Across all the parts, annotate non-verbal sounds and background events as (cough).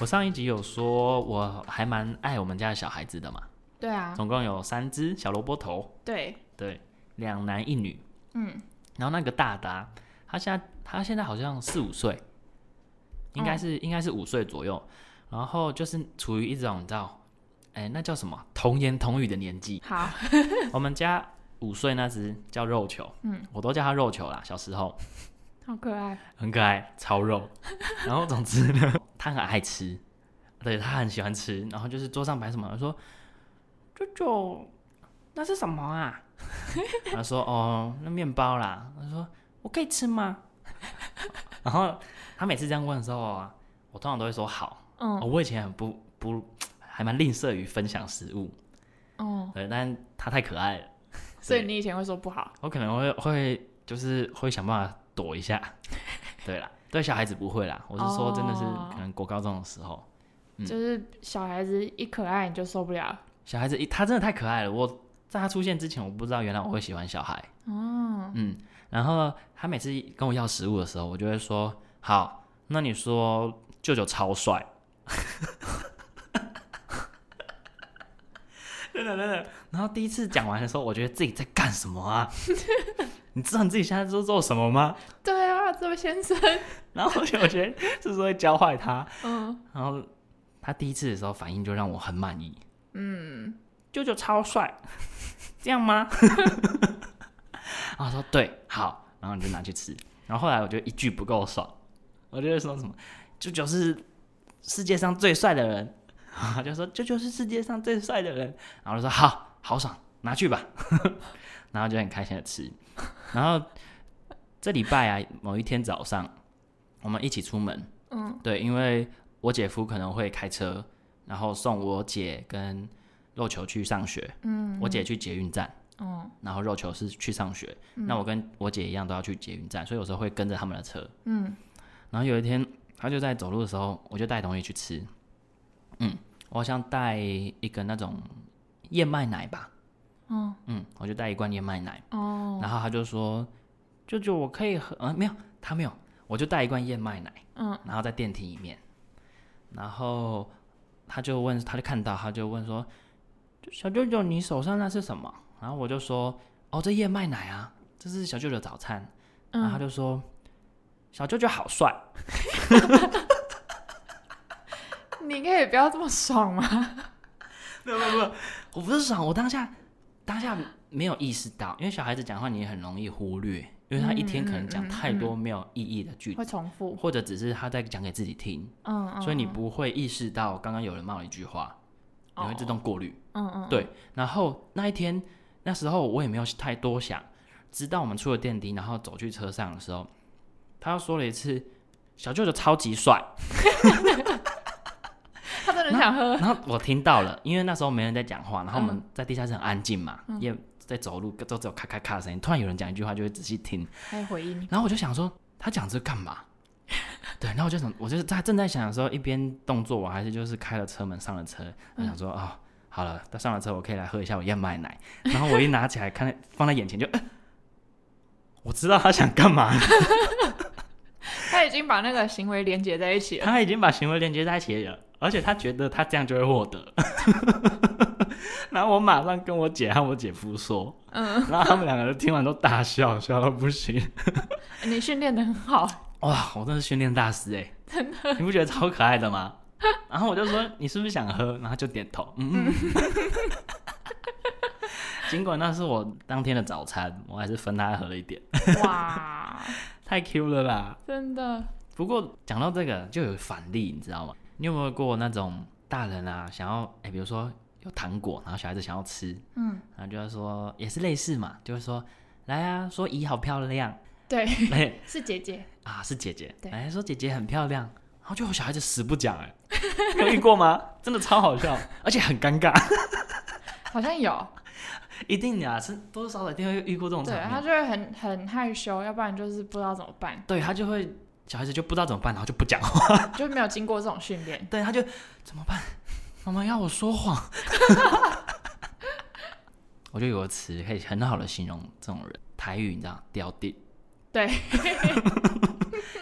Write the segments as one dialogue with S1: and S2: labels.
S1: 我上一集有说我还蛮爱我们家的小孩子的嘛，
S2: 对啊，
S1: 总共有三只小萝卜头，
S2: 对，
S1: 对，两男一女。
S2: 嗯，
S1: 然后那个大的、啊，他现在他现在好像四五岁，应该是、应该是五岁左右，然后就是处于一种你知道，哎、那叫什么童言童语的年纪。
S2: 好，
S1: 我们家五岁那只叫肉球，嗯，我都叫它肉球啦，小时候
S2: (laughs) 好可爱，
S1: 很可爱，超肉。 (laughs) 然后总之呢，它很爱吃，对，它很喜欢吃。然后就是桌上摆什么，我说舅舅，那是什么啊？ (laughs) 他说哦，那面包啦。我说我可以吃吗？ (laughs) 然后他每次这样问的时候啊，我通常都会说好。哦
S2: 嗯，
S1: 我以前很不不，还蛮吝啬于分享食物，
S2: 哦，
S1: 对，但他太可爱了。
S2: 所以你以前会说不好，
S1: 我可能会会就是会想办法躲一
S2: (laughs)
S1: 下，对啦，对小孩子不会啦，我是说真的是
S2: 哦
S1: 可能国高中的时候，嗯
S2: 就是小孩子一可爱你就受不了，
S1: 小孩子一他真的太可爱了，我在他出现之前我不知道原来我会喜欢小孩，
S2: 哦，
S1: 嗯，然后他每次跟我要食物的时候，我就会说好，那你说舅舅超帅。 (laughs) 真的真的，然后第一次讲完的时候，我觉得自己在干什么
S2: (laughs)
S1: 啊？你知道你自己现在在做什么吗？
S2: (laughs) 对啊，这位先生，
S1: 然后有些就是会教坏他，
S2: 嗯
S1: 然后他第一次的时候反应就让我很满意，
S2: 嗯，
S1: 舅舅超帅，这样吗？ (laughs) 然后说对，好，然后你就拿去吃。然后后来我就一句不够爽，我就会说什么舅舅是世界上最帅的人， (laughs) 然后他就说舅舅是世界上最帅的人，然后我就说好好爽，拿去吧， (laughs) 然后就很开心的吃。然后这礼拜啊，某一天早上我们一起出门，
S2: 嗯，
S1: 对，因为我姐夫可能会开车，然后送我姐跟肉球去上学。
S2: 嗯，
S1: 我姐去捷运站，
S2: 哦，嗯
S1: 然后肉球是去上学。那我跟我姐一样都要去捷运站，所以有时候会跟着他们的车。
S2: 嗯，
S1: 然后有一天，他就在走路的时候，我就带东西去吃。嗯，我好像带一个那种燕麦奶吧。
S2: 哦
S1: 嗯，我就带一罐燕麦奶。
S2: 哦，
S1: 然后他就说：“舅舅，我可以喝？”嗯、没有，他没有，我就带一罐燕麦奶。
S2: 嗯，
S1: 然后在电梯里面，然后他就问，他就看到，他就问说：“小舅舅，你手上那是什么？”然后我就说：“哦，这燕麦奶啊，这是小舅舅的早餐。”然后他
S2: 嗯，
S1: 就说：“小舅舅好帅。
S2: 你可以不要这么爽吗？”
S1: 没有没有没有，我不是爽，我当下当下没有意识到，因为小孩子讲话你很容易忽略，因为他一天可能
S2: 嗯
S1: 讲太多没有意义的句子，
S2: 会重复，
S1: 或者只是他在讲给自己听，
S2: 嗯嗯，
S1: 所以你不会意识到刚刚有人冒一句话，你会自动过滤。
S2: 嗯，嗯嗯，
S1: 对，然后那一天那时候我也没有太多想，直到我们出了电梯，然后走去车上的时候，他又说了一次“小舅舅超级帅
S2: 他真的很想”，喝，
S1: 然后我听到了，因为那时候没人在讲话，然后我们在地下室很安静嘛，也在走路都只有咔咔咔的声音，突然有人讲一句话就会仔细听，
S2: 还有回应，
S1: 然后我就想说他讲这干嘛？ (laughs) 对，然后我就想，我就是在正在想的时候，一边动作，我还是就是开了车门上了车，我想说啊、好了，他上了车，我可以来喝一下我燕麦奶。然后我一拿起来看，放在眼前就，呃我知道他想干嘛了，
S2: 他已经把那个行为连接在一起了，
S1: 他已经把行为连接在一起了，而且他觉得他这样就会获得。 (laughs) 然后我马上跟我姐和我姐夫说，
S2: 嗯，
S1: 然后他们两个人听完都大笑，笑到不行。
S2: 你训练的很好，
S1: 哇，我真是训练大师哎、真的，你不觉得超可爱的吗？ (laughs) 然后我就说你是不是想喝，然后他就点头，嗯 (laughs) 嗯。尽管那是我当天的早餐，我还是分他喝了一点，
S2: 哇，
S1: 太 Q 了啦。
S2: (laughs) 真的，
S1: 不过讲到这个就有反例，你知道吗？你有没有过那种大人啊，想要哎、比如说有糖果，然后小孩子想要吃，
S2: 嗯，
S1: 然后就要说也是类似嘛，就会说来啊，说姨好漂亮， (laughs)
S2: 对，
S1: 哎、
S2: 是姐姐，
S1: 啊，是姐姐，
S2: 对
S1: 哎，说姐姐很漂亮，然后就有小孩子死不讲、
S2: (laughs)
S1: 哎，你有遇过吗？真的超好笑，而且很尴尬， (laughs)
S2: 好像有，
S1: 一定的啊，是多多少少一定会遇过这种场
S2: 对他
S1: 面，
S2: 就会很很害羞，要不然就是不知道怎么办，
S1: 对他就会小孩子就不知道怎么办，然后就不讲话， (laughs)
S2: 就没有经过这种训练，
S1: 对，他就怎么办？妈妈要我说谎， (laughs) 我就有个词可以很好的形容这种人，台语你 (laughs) 知道，屌地，
S2: 对，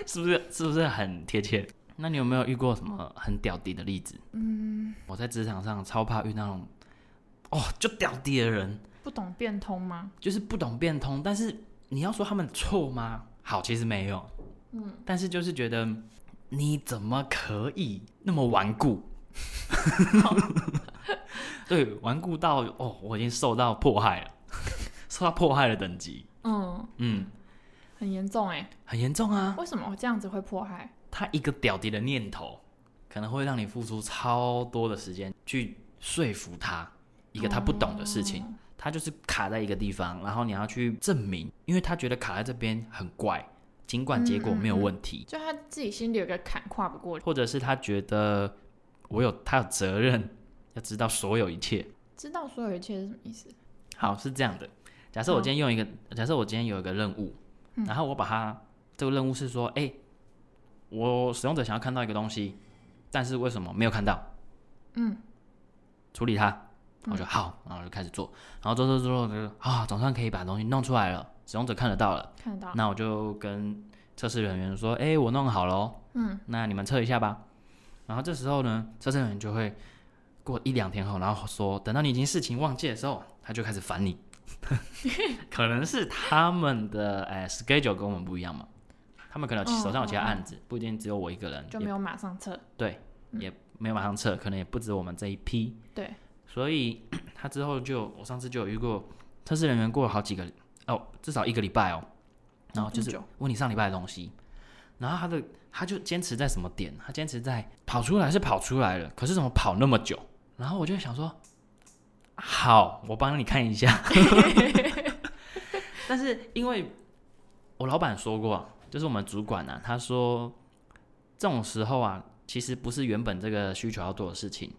S1: 是不是？是不是很贴切？那你有没有遇过什么很屌低的例子？
S2: 嗯，
S1: 我在职场上超怕遇那种，哦，就屌低的人，
S2: 不懂变通吗？
S1: 就是不懂变通。但是你要说他们错吗？好，其实没有，嗯，但是就是觉得你怎么可以那么顽固？ (laughs) 对，顽固到哦，我已经受到迫害了， (laughs) 受到迫害的等级，
S2: 嗯，
S1: 嗯，
S2: 很严重哎、
S1: 很严重啊。
S2: (laughs) 为什么我这样子会迫害？
S1: 他一个屌敌的念头，可能会让你付出超多的时间去说服他一个他不懂的事情。他就是卡在一个地方，然后你要去证明，因为他觉得卡在这边很怪，尽管结果没有问题，
S2: 就他自己心里有个坎跨不过去，
S1: 或者是他觉得我有他有责任要知道所有一切。
S2: 知道所有一切是什么意思？
S1: 好，是这样的。假设我今天用一个，假设我今天有一个任务，然后我把它这个任务是说，哎、我使用者想要看到一个东西，但是为什么没有看到？
S2: 嗯，
S1: 处理它，我就好，然后就开始做，然后做做做做，就啊，总算可以把东西弄出来了，使用者看得到了，
S2: 看得到，
S1: 那我就跟测试人员说，哎、我弄好了哦，
S2: 嗯，
S1: 那你们测一下吧。然后这时候呢，测试人员就会过一两天后，然后说，等到你已经事情忘记的时候，他就开始
S2: (laughs)
S1: 烦你。 (laughs) 可能是他们的哎、schedule 跟我们不一样嘛，他们可能有
S2: 哦
S1: 手上有其他
S2: 哦哦
S1: 案子，不一定只有我一个人，
S2: 就
S1: 也
S2: 没有马上测。
S1: 对，也没有马上测，可能也不止我们这一批。
S2: 对，
S1: 所以 (clears throat) 他之后就，我上次就有遇过测试人员过了好几个哦，至少一个礼拜哦，然后就
S2: 这
S1: 是
S2: 么久
S1: 问你上礼拜的东西，然后他的他就坚持在什么点？他坚持在跑出来是跑出来了，可是怎么跑那么久？然后我就想说，好，我帮你看一下。但是因为我老板说过啊，就是我们主管啊，他说这种时候啊，其实不是原本这个需求要做的事情。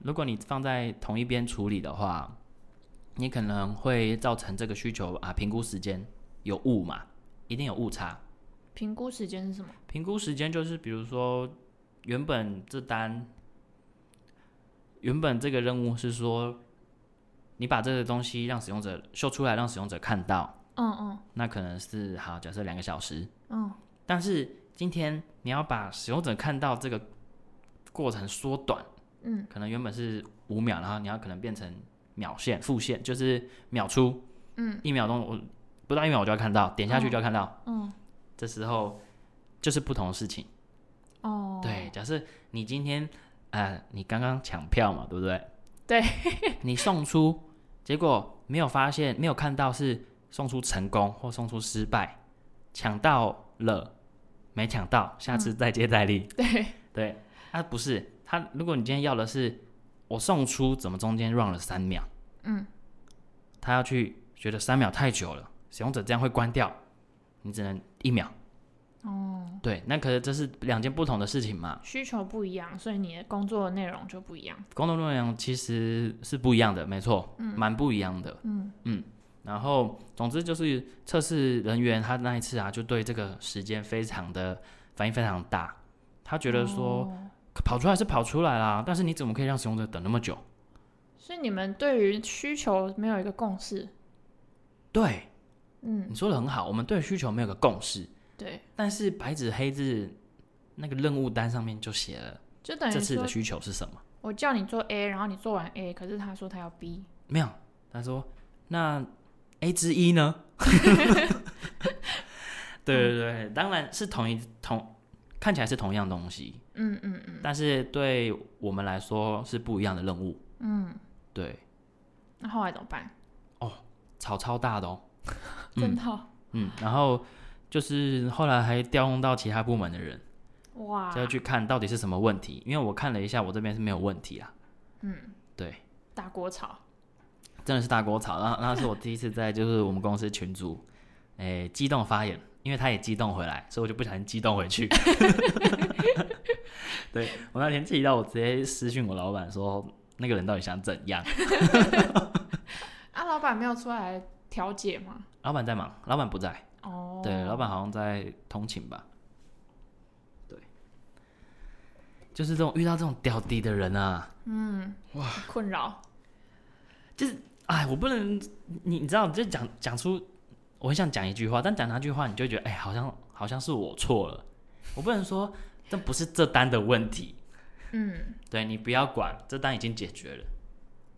S1: 如果你放在同一边处理的话，你可能会造成这个需求啊评估时间有误嘛，一定有误差。
S2: 评估时间是什么？
S1: 评估时间就是，比如说原本这单，原本这个任务是说，你把这个东西让使用者秀出来，让使用者看到，
S2: 嗯嗯
S1: 那可能是好，假设两个小时，
S2: 嗯，
S1: 但是今天你要把使用者看到这个过程缩短，
S2: 嗯，
S1: 可能原本是五秒，然后你要可能变成秒线、复线，就是秒出，
S2: 嗯，
S1: 一秒钟我不到一秒我就要看到，点下去
S2: 哦
S1: 就要看到，
S2: 嗯，
S1: 这时候就是不同的事情。
S2: 哦，
S1: 对，，假设哎你今天呃，你刚刚抢票嘛，对不对？
S2: 对，
S1: (laughs) 你送出，结果没有发现，没有看到是送出成功或送出失败，抢到了没抢到，下次再接再厉。
S2: (laughs) 对，
S1: 对，啊不是，他如果你今天要的是我送出，怎么中间 run 了三秒？
S2: 嗯，
S1: 他要去觉得三秒太久了，使用者这样会关掉，你只能一秒。
S2: 哦，
S1: 对，那可是这是两件不同的事情嘛。
S2: 需求不一样，所以你的工作内容就不一样。
S1: 工作内容其实是不一样的，没错，蛮不一样的，
S2: 嗯
S1: 然后总之就是测试人员他那一次啊，就对这个时间非常的反应非常大，他觉得说、
S2: 哦
S1: 跑出来是跑出来啦，但是你怎么可以让使用者等那么久？
S2: 所以你们对于需求没有一个共识。
S1: 对，
S2: 嗯，
S1: 你说的很好，我们对需求没有个共识，
S2: 对，
S1: 但是白纸黑字那个任务单上面就写了
S2: 就等于
S1: 这次
S2: 说
S1: 的需求是什么，
S2: 我叫你做 A，然后你做完 A，可是他说他要 B，
S1: 没有，他说那 A 之一呢？ (laughs) 对对对，当然是同一同看起来是同样东西，
S2: 嗯嗯嗯
S1: 但是对我们来说是不一样的任务。
S2: 嗯，
S1: 对，
S2: 那后来怎么办？
S1: 吵超大的哦。
S2: 真的哦、
S1: 嗯，然后就是后来还调用到其他部门的人，
S2: 哇，
S1: 就要去看到底是什么问题。因为我看了一下，我这边是没有问题啊。
S2: 嗯，
S1: 对，
S2: 大锅炒，
S1: 真的是大锅炒。然后，那是我第一次在就是我们公司群组，诶、激动发言，因为他也激动回来，所以我就不小心激动回去。对我那天气到，我直接私讯我老板说，那个人到底想怎样？
S2: 啊，老板没有出来调解吗？
S1: 老板在忙，老板不在。
S2: 哦，
S1: 对，老板好像在通勤吧。对，就是这种遇到这种屌低的人啊，
S2: 困扰，
S1: 哎，我不能，你你知道，就讲讲出，我很想讲一句话，但讲那句话，你就会觉得，哎，好像好像是我错了，我不能说，这不是这单的问题，
S2: 嗯
S1: 对你不要管，这单已经解决了。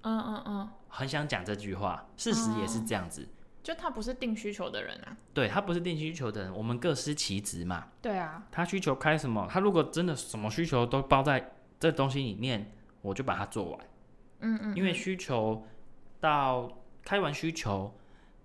S2: 嗯嗯嗯，
S1: 很想讲这句话，事实也是这样子。
S2: 就他不是定需求的人啊。
S1: 对他不是定需求的人，我们各司其职嘛。
S2: 对啊，
S1: 他需求开什么？他如果真的什么需求都包在这东西里面，我就把它做完。
S2: 嗯嗯，
S1: 因为需求到开完需求，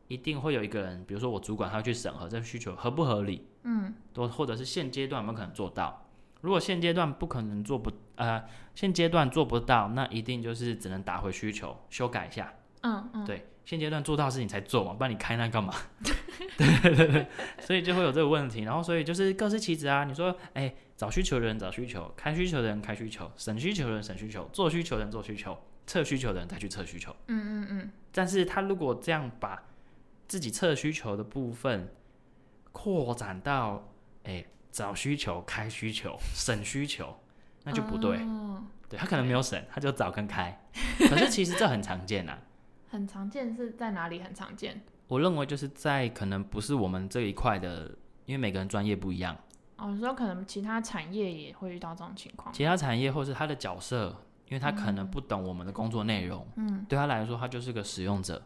S1: 一定会有一个人，比如说我主管，他会去审核这需求合不合理，
S2: 嗯
S1: 都或者是现阶段有没有可能做到。如果现阶段不可能做不呃，现阶段做不到，那一定就是只能打回需求，修改一下。
S2: 嗯嗯，
S1: 对，现阶段做到的事情才做嘛，不然你开那干嘛？ (laughs) 对对对对，所以就会有这个问题。然后所以就是各司其职啊。你说，哎、找需求的人找需求，开需求的人开需求，审需求的人审需求，做需求的人做需求，测需求的人再去测需求。
S2: 嗯嗯嗯，
S1: 但是他如果这样把自己测需求的部分扩展到，哎、找需求、开需求、审需求，那就不对。
S2: 嗯，
S1: 对他可能没有审，他就找跟开。可是其实这很常见啊。
S2: 很常见是在哪里？很常见
S1: 我认为就是在可能不是我们这一块的，因为每个人专业不一样，
S2: 哦。你说可能其他产业也会遇到这种情况。
S1: 其他产业或是他的角色，因为他可能不懂我们的工作内容，
S2: 嗯，
S1: 对他来说他就是个使用者，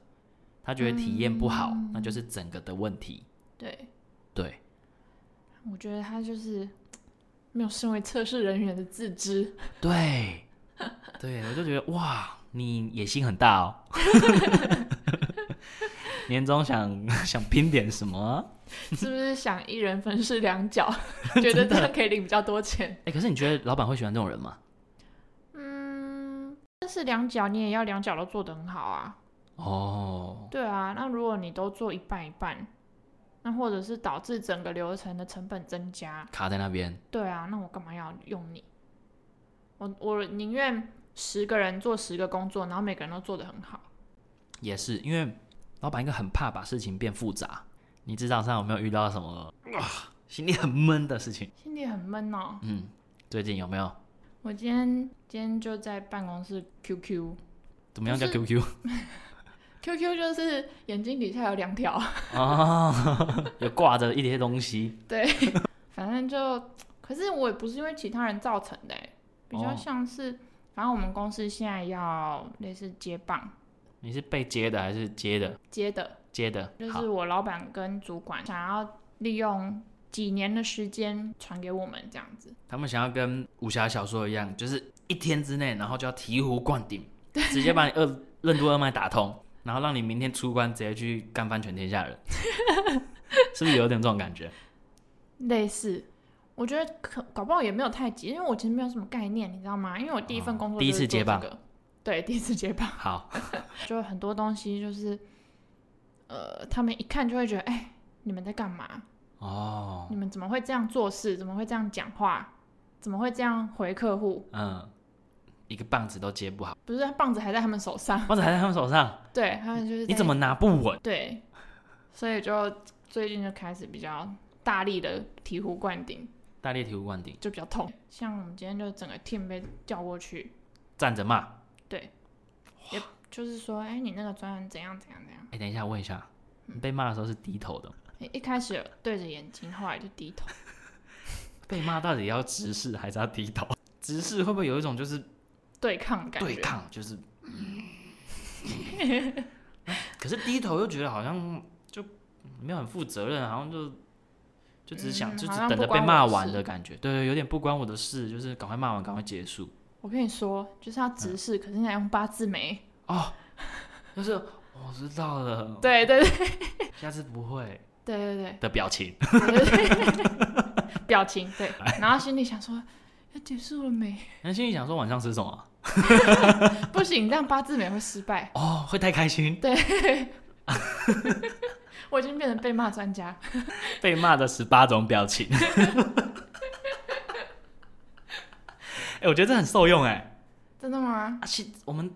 S1: 他觉得体验不好，
S2: 嗯
S1: 那就是整个的问题。
S2: 对，
S1: 对，
S2: 我觉得他就是没有身为测试人员的自
S1: (laughs)
S2: 知。
S1: 对，对，我就觉得哇，你野心很大哦。 (laughs) 年终想想拼点什么
S2: (laughs)
S1: 啊？
S2: 是不是想一人分饰两
S1: (laughs)
S2: 角，觉得这样可以领比较多钱？
S1: 哎、可是你觉得老板会喜欢这种人吗？
S2: 嗯，但是两角你也要两角都做得很好啊。
S1: 哦，
S2: 对啊，那如果你都做一半一半，那或者是导致整个流程的成本增加，
S1: 卡在那边，
S2: 对啊，那我干嘛要用你？我我宁愿十个人做十个工作，然后每个人都做得很好。
S1: 也是，因为老板应该很怕把事情变复杂。你职场上有没有遇到什么啊，心里很闷的事情？
S2: 心里很闷哦。
S1: 嗯，最近有没有？
S2: 我今天今天就在办公室 QQ，QQ
S1: 怎么样叫
S2: 不 (laughs)
S1: QQ
S2: 就是眼睛底下有两条，
S1: 哦，有挂着一些东西，
S2: 反正就，可是我也不是因为其他人造成的欸，比较
S1: 哦
S2: 像是，反正我们公司现在要类似接棒
S1: 你是被接的还是接的？
S2: 接的，
S1: 接的，
S2: 就
S1: 好
S2: 是我老板跟主管想要利用几年的时间传给我们这样子，
S1: 他们想要跟武侠小说一样，就是一天之内，然后就要醍醐灌顶，直接把你二任督二脉打通，然后让你明天出关直接去干翻全天下人， (laughs) 是不是有点这种感觉？
S2: 类似。我觉得可搞不好也没有太急，因为我其实没有什么概念，你知道吗？因为我第一份
S1: 哦
S2: 工作、
S1: 第一次接棒，
S2: 对， (laughs) 第一次接棒。
S1: 好，
S2: 就很多东西就是，呃，他们一看就会觉得，哎、你们在干嘛？
S1: 哦，
S2: 你们怎么会这样做事？怎么会这样讲话？怎么会这样回客户？
S1: 嗯，一个棒子都接不好，
S2: 不是棒子还在他们手上，
S1: 棒子还在他们手上，
S2: 对他们就是
S1: 你
S2: 在
S1: 怎么拿不稳？
S2: 对？所以就最近就开始比较大力的醍醐灌顶，
S1: 大力醍醐灌顶，
S2: 就比较痛。像我们今天就整个 team 被叫过去，
S1: 站着骂。
S2: 就是说，哎、你那个专案怎样怎样怎样。
S1: 哎、等一下，问一下，你被骂的时候是低头的吗，
S2: 哎一开始有对着眼睛，后来就低头。
S1: 被骂到底要直视还是要低头？直视会不会有一种就是
S2: 对抗的感觉，
S1: 对抗，就是？ (laughs) 可是低头又觉得好像就没有很负责任，好像就就只是想、
S2: 嗯
S1: 就
S2: 好
S1: 只
S2: 像
S1: 等
S2: 不
S1: 着被
S2: 关我
S1: 骂
S2: 的
S1: 完
S2: 事
S1: 的感觉，对对，有点不关我的事，就是赶快骂完，赶快结束。
S2: 我跟你说，就是要
S1: 嗯
S2: 直视，可是你要用八字眉。
S1: 哦，就是哦我知道了，
S2: 对对对
S1: 下次不会
S2: 对对
S1: 的表情。
S2: 对对对， (laughs) 表情对，然后心里想说，要结束了没？ (laughs)
S1: 那心里想说晚上吃什么啊？
S2: 不行，这样八字眉会失败。
S1: 哦，会太开心，
S2: 我已经变成被骂专家，
S1: 被骂的十八种表情。哎、我觉得这很受 (laughs) 用哎、
S2: 真的吗？
S1: 啊，其我们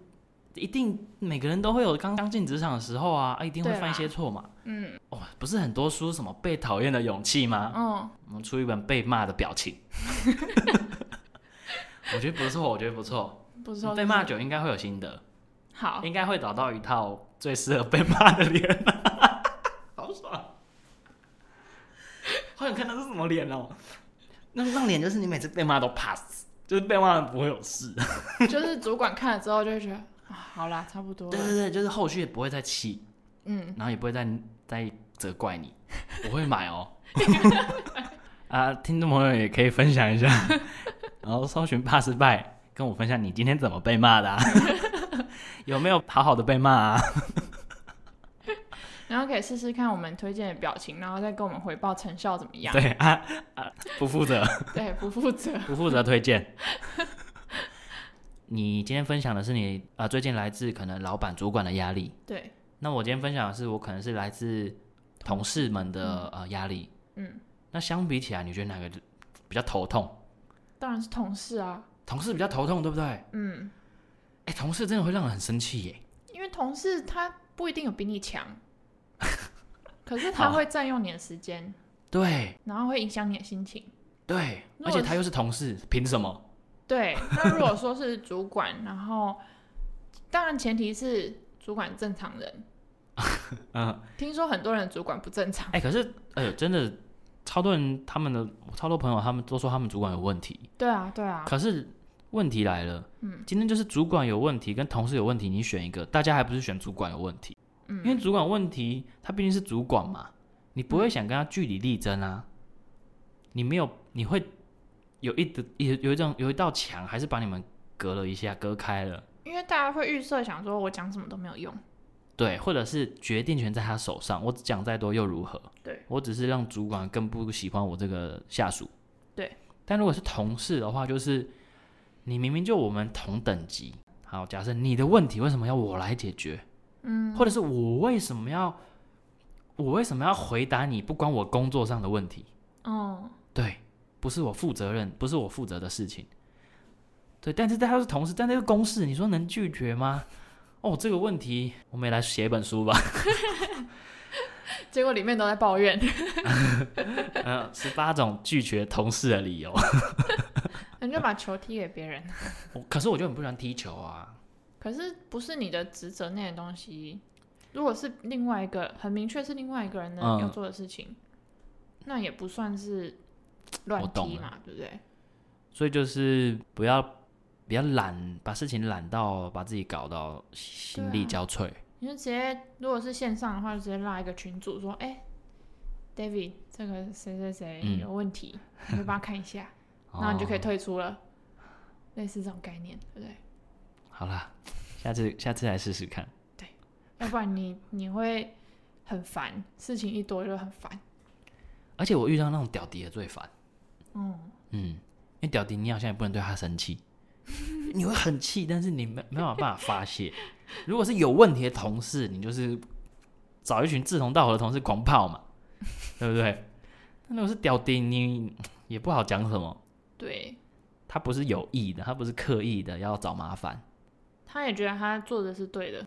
S1: 一定每个人都会有刚刚进职场的时候啊，啊一定会
S2: 对啦
S1: 犯一些错嘛。
S2: 嗯
S1: 哦，不是很多书什么被讨厌的勇气吗？
S2: 嗯，
S1: 我们出一本被骂的表
S2: (laughs)
S1: 情，我觉得不错，我觉得不错。
S2: 不是说
S1: 被骂久应该会有心得，
S2: 好，
S1: 应该会找到一套最适合被骂的脸、 (laughs) 好爽！好想看到是什么脸哦。那让脸就是你每次被骂都 pass，就是被骂不会有事。
S2: (laughs) 就是主管看了之后就会觉得，啊，好啦，差不多
S1: 对
S2: 了。
S1: 对对，就是后续也不会再气，
S2: 嗯，
S1: 然后也不会再再责怪你。我会买 (laughs) 哦。啊，听众朋友也可以分享一下，然后搜寻怕失败，跟我分享你今天怎么被骂的、 (laughs) 啊，有没有好好的被骂啊？
S2: 然后可以试试看我们推荐的表情，然后再跟我们回报成效怎么样。
S1: 对啊啊，不负责，
S2: (laughs) 对，不负责。
S1: 不负责推荐。 (laughs) 你今天分享的是你啊、呃最近来自可能老板主管的压力，
S2: 对，
S1: 那我今天分享的是我可能是来自同事们的、呃压力。
S2: 嗯，
S1: 那相比起来，你觉得哪个比较头痛？
S2: 当然是同事啊。
S1: 同事比较头痛，对不对？
S2: 嗯，
S1: 哎、同事真的会让人很生气耶。
S2: 因为同事他不一定有比你
S1: (laughs)
S2: 强，可是他
S1: 好
S2: 会占用你的时间，
S1: 对
S2: 然后会影响你的心情。
S1: 对，
S2: 如
S1: 而且
S2: 果
S1: 他又是同事，凭什么？
S2: 对，那如果说是主管，然后当然前提是主管正常人。
S1: (laughs) 嗯，
S2: 听说很多人的主管不正常
S1: 哎、，可是哎呦，真的超多人他们的超多朋友他们都说他们主管有问题，
S2: 对啊，对啊，
S1: 可是问题来了，嗯，今天就是主管有问题跟同事有问题，你选一个，大家还不是选主管有问题？
S2: 嗯
S1: 因为主管有问题，他毕竟是主管嘛，你不会想跟他据理力争啊，你没有，你会有一的有有一种有一道墙，还是把你们隔了一下，隔开了。
S2: 因为大家会预设想说我讲什么都没有用，
S1: 对，或者是决定权在他手上，我讲再多又如何？
S2: 对，
S1: 我只是让主管更不喜欢我这个下属。
S2: 对，
S1: 但如果是同事的话，就是你明明就我们同等级，好，假设你的问题为什么要我来解决？
S2: 嗯，
S1: 或者是我为什么要我为什么要回答你不关我工作上的问题？
S2: 嗯，
S1: 对，不是我负责任，不是我负责的事情。对，但是大家都是同事，但那个公事，你说能拒绝吗？哦，这个问题，我们也来写一本书吧。
S2: 结果里面都在抱怨， (laughs)
S1: 嗯，十八种拒绝同事的理由。 (laughs)
S2: 你就把球踢给别人，
S1: 我可是我就很不喜欢踢球啊。
S2: 可是不是你的职责内的东西，如果是另外一个很明确是另外一个人的
S1: 嗯
S2: 要做的事情，那也不算是乱
S1: 我懂
S2: 踢嘛，对不对？
S1: 所以就是不要不要懒，把事情懒到把自己搞到心
S2: 啊
S1: 力交瘁。
S2: 你就直接如果是线上的话，就直接拉一个群组说，哎、d a v i d 这个谁谁谁
S1: 嗯哦
S2: 有问题，你就帮他看
S1: (laughs)
S2: 一下，然后你就可以退出了，类似这种概念，对不对？
S1: 哦、好啦，下次下次来试试看。
S2: 要不然你你会很烦，事情一多就很烦。
S1: 而且我遇到那种屌迪的最烦。
S2: 嗯，
S1: 嗯，因为屌迪你好像也不能对他生气， (laughs) 你会很气，但是你没没有办法发泄。如果是有问题的同事，你就是找一群志同道合的同事狂泡嘛， (laughs) 对不对？那如果是屌迪，你也不好讲什么，
S2: 对，
S1: 他不是有意的，他不是刻意的要找麻烦。
S2: 他也觉得他做的是对的。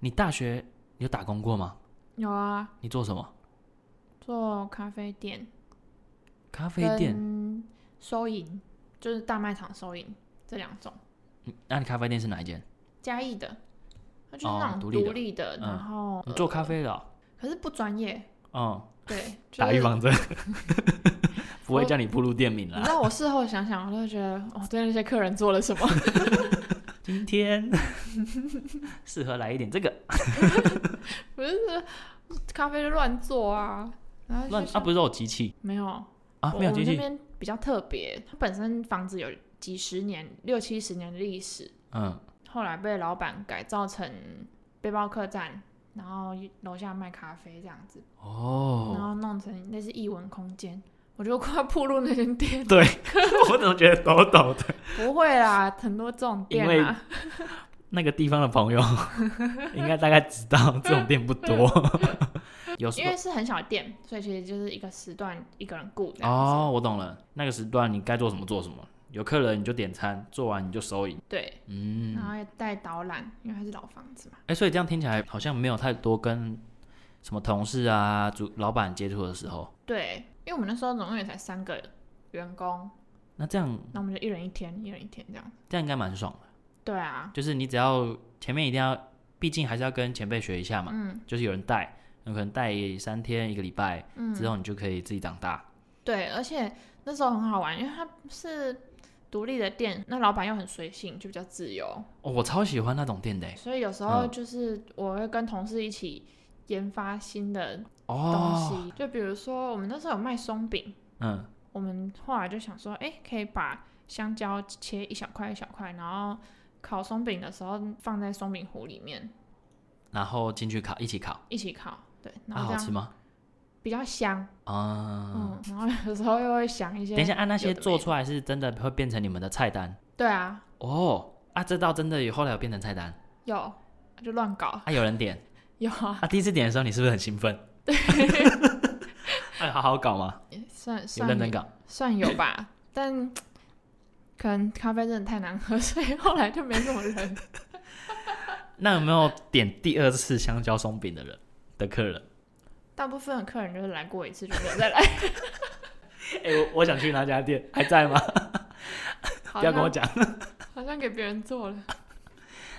S1: 你大学你有打工过吗？
S2: 有啊，
S1: 你做什么？
S2: 做咖啡店、
S1: 咖啡店？
S2: 跟收银，就是大卖场收银这两种。
S1: 那你咖啡店是哪一间？
S2: 嘉义的，他就是
S1: 哦
S2: 那种
S1: 独
S2: 独
S1: 立的
S2: 立的，
S1: 嗯
S2: 然后、
S1: 你做咖啡的哦、
S2: 可是不专业。
S1: 嗯， (laughs)
S2: 对，
S1: 打预
S2: 就是 (laughs)
S1: 防针，不会叫你步入店名
S2: 你
S1: 啦
S2: 知。道我事后想想，我都会觉得，哦，对那些客人做了什么？ (laughs)
S1: 今天适合来一点这个
S2: 不是咖啡就乱做啊，然后就
S1: 乱
S2: 想
S1: 啊，不是都有机器
S2: 没有
S1: 啊，
S2: 我
S1: 没有
S2: 我
S1: 机
S2: 们这
S1: 器，
S2: 边比较特别，它本身房子有几十年、六七十年的历史，
S1: 嗯，
S2: 后来被老板改造成背包客栈，然后楼下卖咖啡这样子，然
S1: 哦，
S2: 后弄成类似艺文空间。我就快要步入那间店，
S1: 对， (laughs) 我怎么觉得抖抖的？
S2: 不会啦，很多这种店
S1: 因为
S2: 啊，
S1: 那个地方的
S2: (laughs)
S1: 朋友应该大概知道这种店不多，有时
S2: 因
S1: 候
S2: 为是很小的店，所以其实就是一个时段一个人雇这样子。
S1: 哦，我懂了，那个时段你该做什么做什么，有客人你就点餐，做完你就收银，
S2: 对，
S1: 嗯
S2: 然，后也带导览，因为它是老房子嘛。
S1: 哎、所以这样听起来好像没有太多跟什么同事啊、主老板接触的时候，
S2: 对，因为我们那时候总共也才三个员工，
S1: 那这样
S2: 那我们就一人一天，一人一天这样。
S1: 这样应该蛮爽的。
S2: 对啊，
S1: 就是你只要前面一定要，毕竟还是要跟前辈学一下嘛，
S2: 嗯
S1: 就是有人带，有可能带三天一个礼拜
S2: 嗯，
S1: 之后，你就可以自己长大。
S2: 对，而且那时候很好玩，因为它是独立的店，那老板又很随性，就比较自由，
S1: 哦，我超喜欢那种店的欸
S2: 所以有时候
S1: 嗯
S2: 就是我会跟同事一起研发新的东
S1: 哦，
S2: 西，就比如说我们那时候有卖松饼，
S1: 嗯，
S2: 我们后来就想说，哎、可以把香蕉切一小块一小块，然后烤松饼的时候放在松饼糊里面
S1: 然后进去烤，一起烤，
S2: 一起烤，对，然
S1: 啊，
S2: 后这
S1: 好吃
S2: 样
S1: 吗？
S2: 比较香，
S1: 啊，
S2: 嗯，然后有时候又会想一些，
S1: 等一下，啊按那
S2: 有
S1: 些
S2: 的没
S1: 做
S2: 的
S1: 出来是真的会变成你们的菜单
S2: 对啊，
S1: 哦。啊，这道真的有后来有变成菜单，
S2: 有就乱搞， (laughs)
S1: 啊，有人点，
S2: 有啊， (laughs)
S1: 啊，第一次点的时候你是不是很兴奋？ (laughs) 对，哎，好好搞吗？
S2: 算
S1: 有
S2: 算
S1: 认真搞，
S2: 算有
S1: (laughs)
S2: 吧，但可能咖啡真的太难喝，所以后来就没什
S1: (laughs)
S2: 么人。
S1: 那有没有点第二次香蕉松饼的人的客人？
S2: 大部分的客人就是来过一次就没有再
S1: (laughs)
S2: 来。
S1: 哎、我我想去那家店，还在吗？
S2: 好
S1: 不 (laughs) 要跟我
S2: 像
S1: 讲，
S2: 好像给别人做了，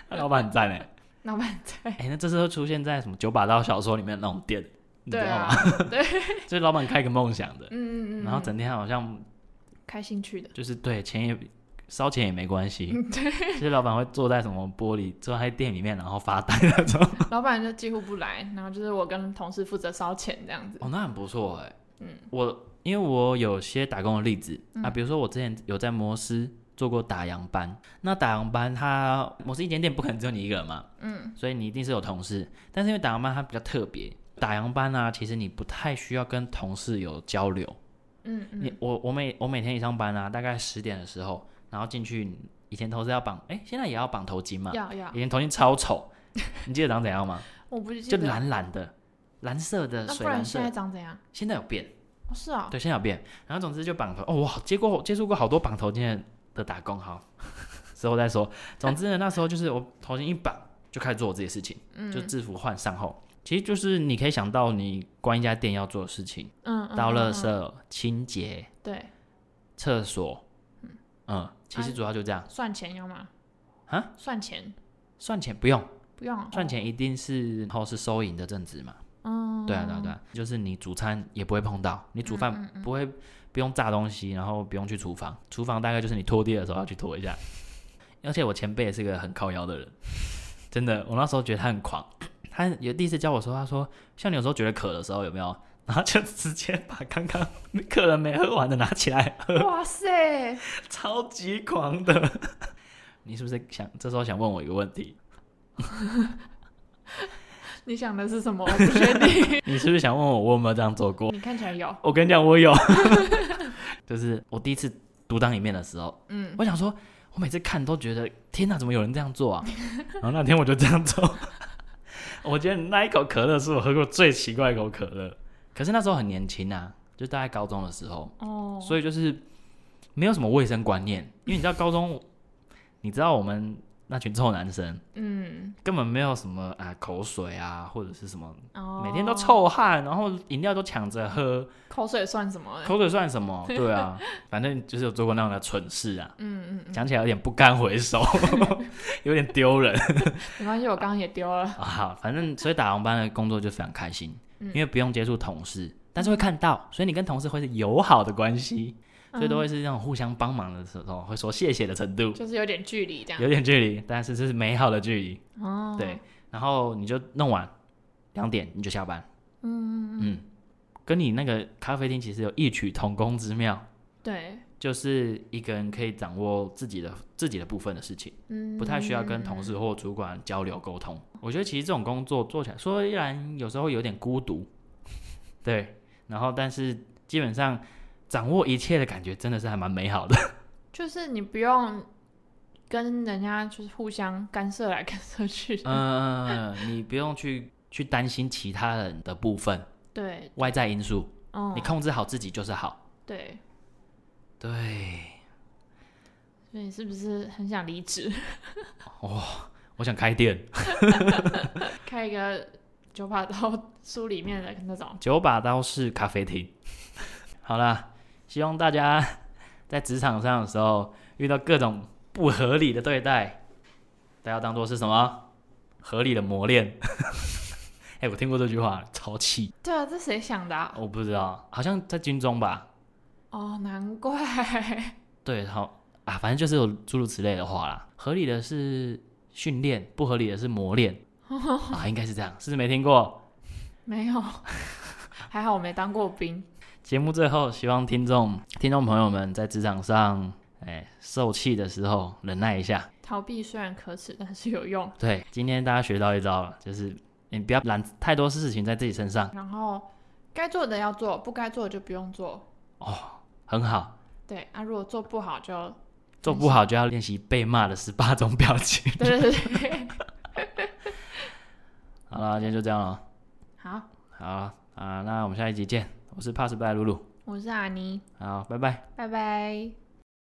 S1: 老板很赞哎。
S2: 老板在。
S1: 哎、那这是会出现在什么九把刀小说里面那种店，你知
S2: 对
S1: 道
S2: 啊
S1: 吗？，就是老板开个梦想的，
S2: 嗯嗯嗯，
S1: (laughs) 然后
S2: 嗯
S1: 整天好像
S2: 开兴趣的，
S1: 就是对钱也烧钱也没关系，
S2: 嗯
S1: 就是老板会坐在什么玻璃坐在店里面，然后发呆那种。
S2: 老板就几乎不来，然后就是我跟同事负责烧钱这样子。
S1: 哦，那很不错哎、
S2: 嗯，
S1: 我因为我有些打工的例子、啊，比如说我之前有在摩斯做过打烊班，那打烊班它摩斯一间店不可能只有你一个人嘛，
S2: 嗯，
S1: 所以你一定是有同事，但是因为打烊班它比较特别。打烊班呢、其实你不太需要跟同事有交流。
S2: 嗯嗯，
S1: 你我我每我每天一上班啊，大概十点的时候，然后进去，以前头是要绑，哎、现在也要绑头巾嘛。
S2: 要要
S1: 以，前头巾超丑， (laughs) 你记得长怎样吗？
S2: 我不记
S1: 就
S2: 得。
S1: 蓝蓝的，蓝色的
S2: 那不
S1: 水
S2: 然
S1: 蓝
S2: 现
S1: 色
S2: 在
S1: 的，
S2: 长怎样？
S1: 现在有变。
S2: 哦，是哦，
S1: 对，现在有变。然后总之就绑头哦，我接过接触过好多绑头巾的的打工，好， (laughs) 之后再说。总之呢，那时候就是我头巾一绑就开始做我自己的事情，
S2: 嗯
S1: 就制服换上后，其实就是你可以想到你关一家店要做的事情，
S2: 嗯，嗯
S1: 倒垃，
S2: 嗯嗯
S1: 圾、清洁、
S2: 对，
S1: 厕所，嗯，其实
S2: 啊
S1: 主要就这样。
S2: 算钱要吗？
S1: 啊，
S2: 算钱
S1: 算钱不用，
S2: 不用哦
S1: 算，钱一定是然后是收银的正职嘛。 (laughs)
S2: 嗯，
S1: 对啊，对啊，对啊，就是你煮餐也不会碰到，你煮饭
S2: 嗯嗯嗯
S1: 不会不用炸东西，然后不用去厨房，厨房大概就是你拖地的时候要去拖一下。而且我前辈也是个很靠腰的人，真的，我那时候觉得他很狂。他有第一次教我说，他说像你有时候觉得渴的时候有没有，然后就直接把刚刚客人没喝完的拿起来喝，
S2: 哇塞，
S1: 超级狂的。 (laughs) 你是不是想这时候想问我一个问题？
S2: 你想的是什么？我不确定。
S1: 你是不是想问我 (laughs) 我有没有这样做过？
S2: 你看起来有，
S1: 我跟你讲，我有， (laughs) 就是我第一次独当一面的时候，
S2: 嗯，
S1: 我想说，我每次看都觉得，天哪，怎么有人这样做
S2: (laughs)
S1: 啊？然后那天我就这样做， (laughs) 我觉得那一口可乐是我喝过最奇怪的一口可乐，可是那时候很年轻啊，就大概高中的时候，
S2: 哦，
S1: 所以就是没有什么卫生观念，因为你知道高中，你知道我们那群臭男生
S2: 嗯，
S1: 根本没有什么啊口水啊或者是什么，
S2: 哦，
S1: 每天都，臭汗，然后饮料都抢着喝。
S2: 口水算什么？
S1: 口水算什
S2: (laughs)
S1: 么？对啊，反正就是有做过那样的蠢事啊，
S2: 嗯嗯嗯，
S1: 讲起来有点不堪回首， (laughs) 有点丢人
S2: 没关系，我刚刚也丢了，
S1: 啊。好反正所以打红班的工作就非常开心，
S2: 嗯
S1: 因为不用接触同事，但是会看到，所以你跟同事会是友好的关系，
S2: 嗯
S1: 所以都会是那种互相帮忙的时候会说谢谢的程度，
S2: 就是有点距离这样。
S1: 有点距离，但是这是美好的距离。
S2: 哦，
S1: 对，，然后你就弄完两点你就下班，
S2: 嗯嗯
S1: 嗯，跟你那个咖啡厅其实有异曲同工之妙。
S2: 对，
S1: 就是一个人可以掌握自己的自己的部分的事情，
S2: 嗯，
S1: 不太需要跟同事或主管交流沟通。我觉得其实这种工作做起来，虽然有时候会有点孤独，对，然后但是基本上掌握一切的感觉真的是还蛮美好的。
S2: 就是你不用跟人家就是互相干涉来干
S1: (laughs)
S2: 涉去，
S1: 嗯、你不用去去担心其他人的部分
S2: 对，
S1: 外在因素，
S2: 嗯
S1: 你，控制好自己就是好。
S2: 对，
S1: 对，
S2: 所以你是不是很想离职， (laughs)
S1: 我想开店，
S2: 开一个九把刀书里面的那种？
S1: 九把刀是咖啡厅。 (laughs) 好啦，希望大家在职场上的时候遇到各种不合理的对待，大家当做是什么合理的磨练。 (laughs) 哎、我听过这句话，超气，
S2: 对啊，这谁想的啊？
S1: 我不知道，好像在军中吧？
S2: 哦，难怪。 (laughs)
S1: 对，好啊，反正就是有诸如此类的话啦。合理的是训练，不合理的是磨练啊，应该是这样，是不是没听过？
S2: 没有， (laughs) 还好我没当过兵。
S1: 节目最后，希望听众听众朋友们在职场上，哎，受气的时候忍耐一下。
S2: 逃避虽然可耻，但是有用。
S1: 对，今天大家学到一招了，就是你不要揽太多事情在自己身上，
S2: 然后该做的要做，不该做的就不用做。
S1: 很好。
S2: 对啊，如果做不好就
S1: 做不好就要练习被骂的十八种表情。 (laughs)
S2: 对对 (laughs) 对对。
S1: 好了，今天就这样了。
S2: 好，
S1: 好啊，那我们下一集见。我是怕失败露露。
S2: 我是阿妮，
S1: 好，拜拜。
S2: 拜拜。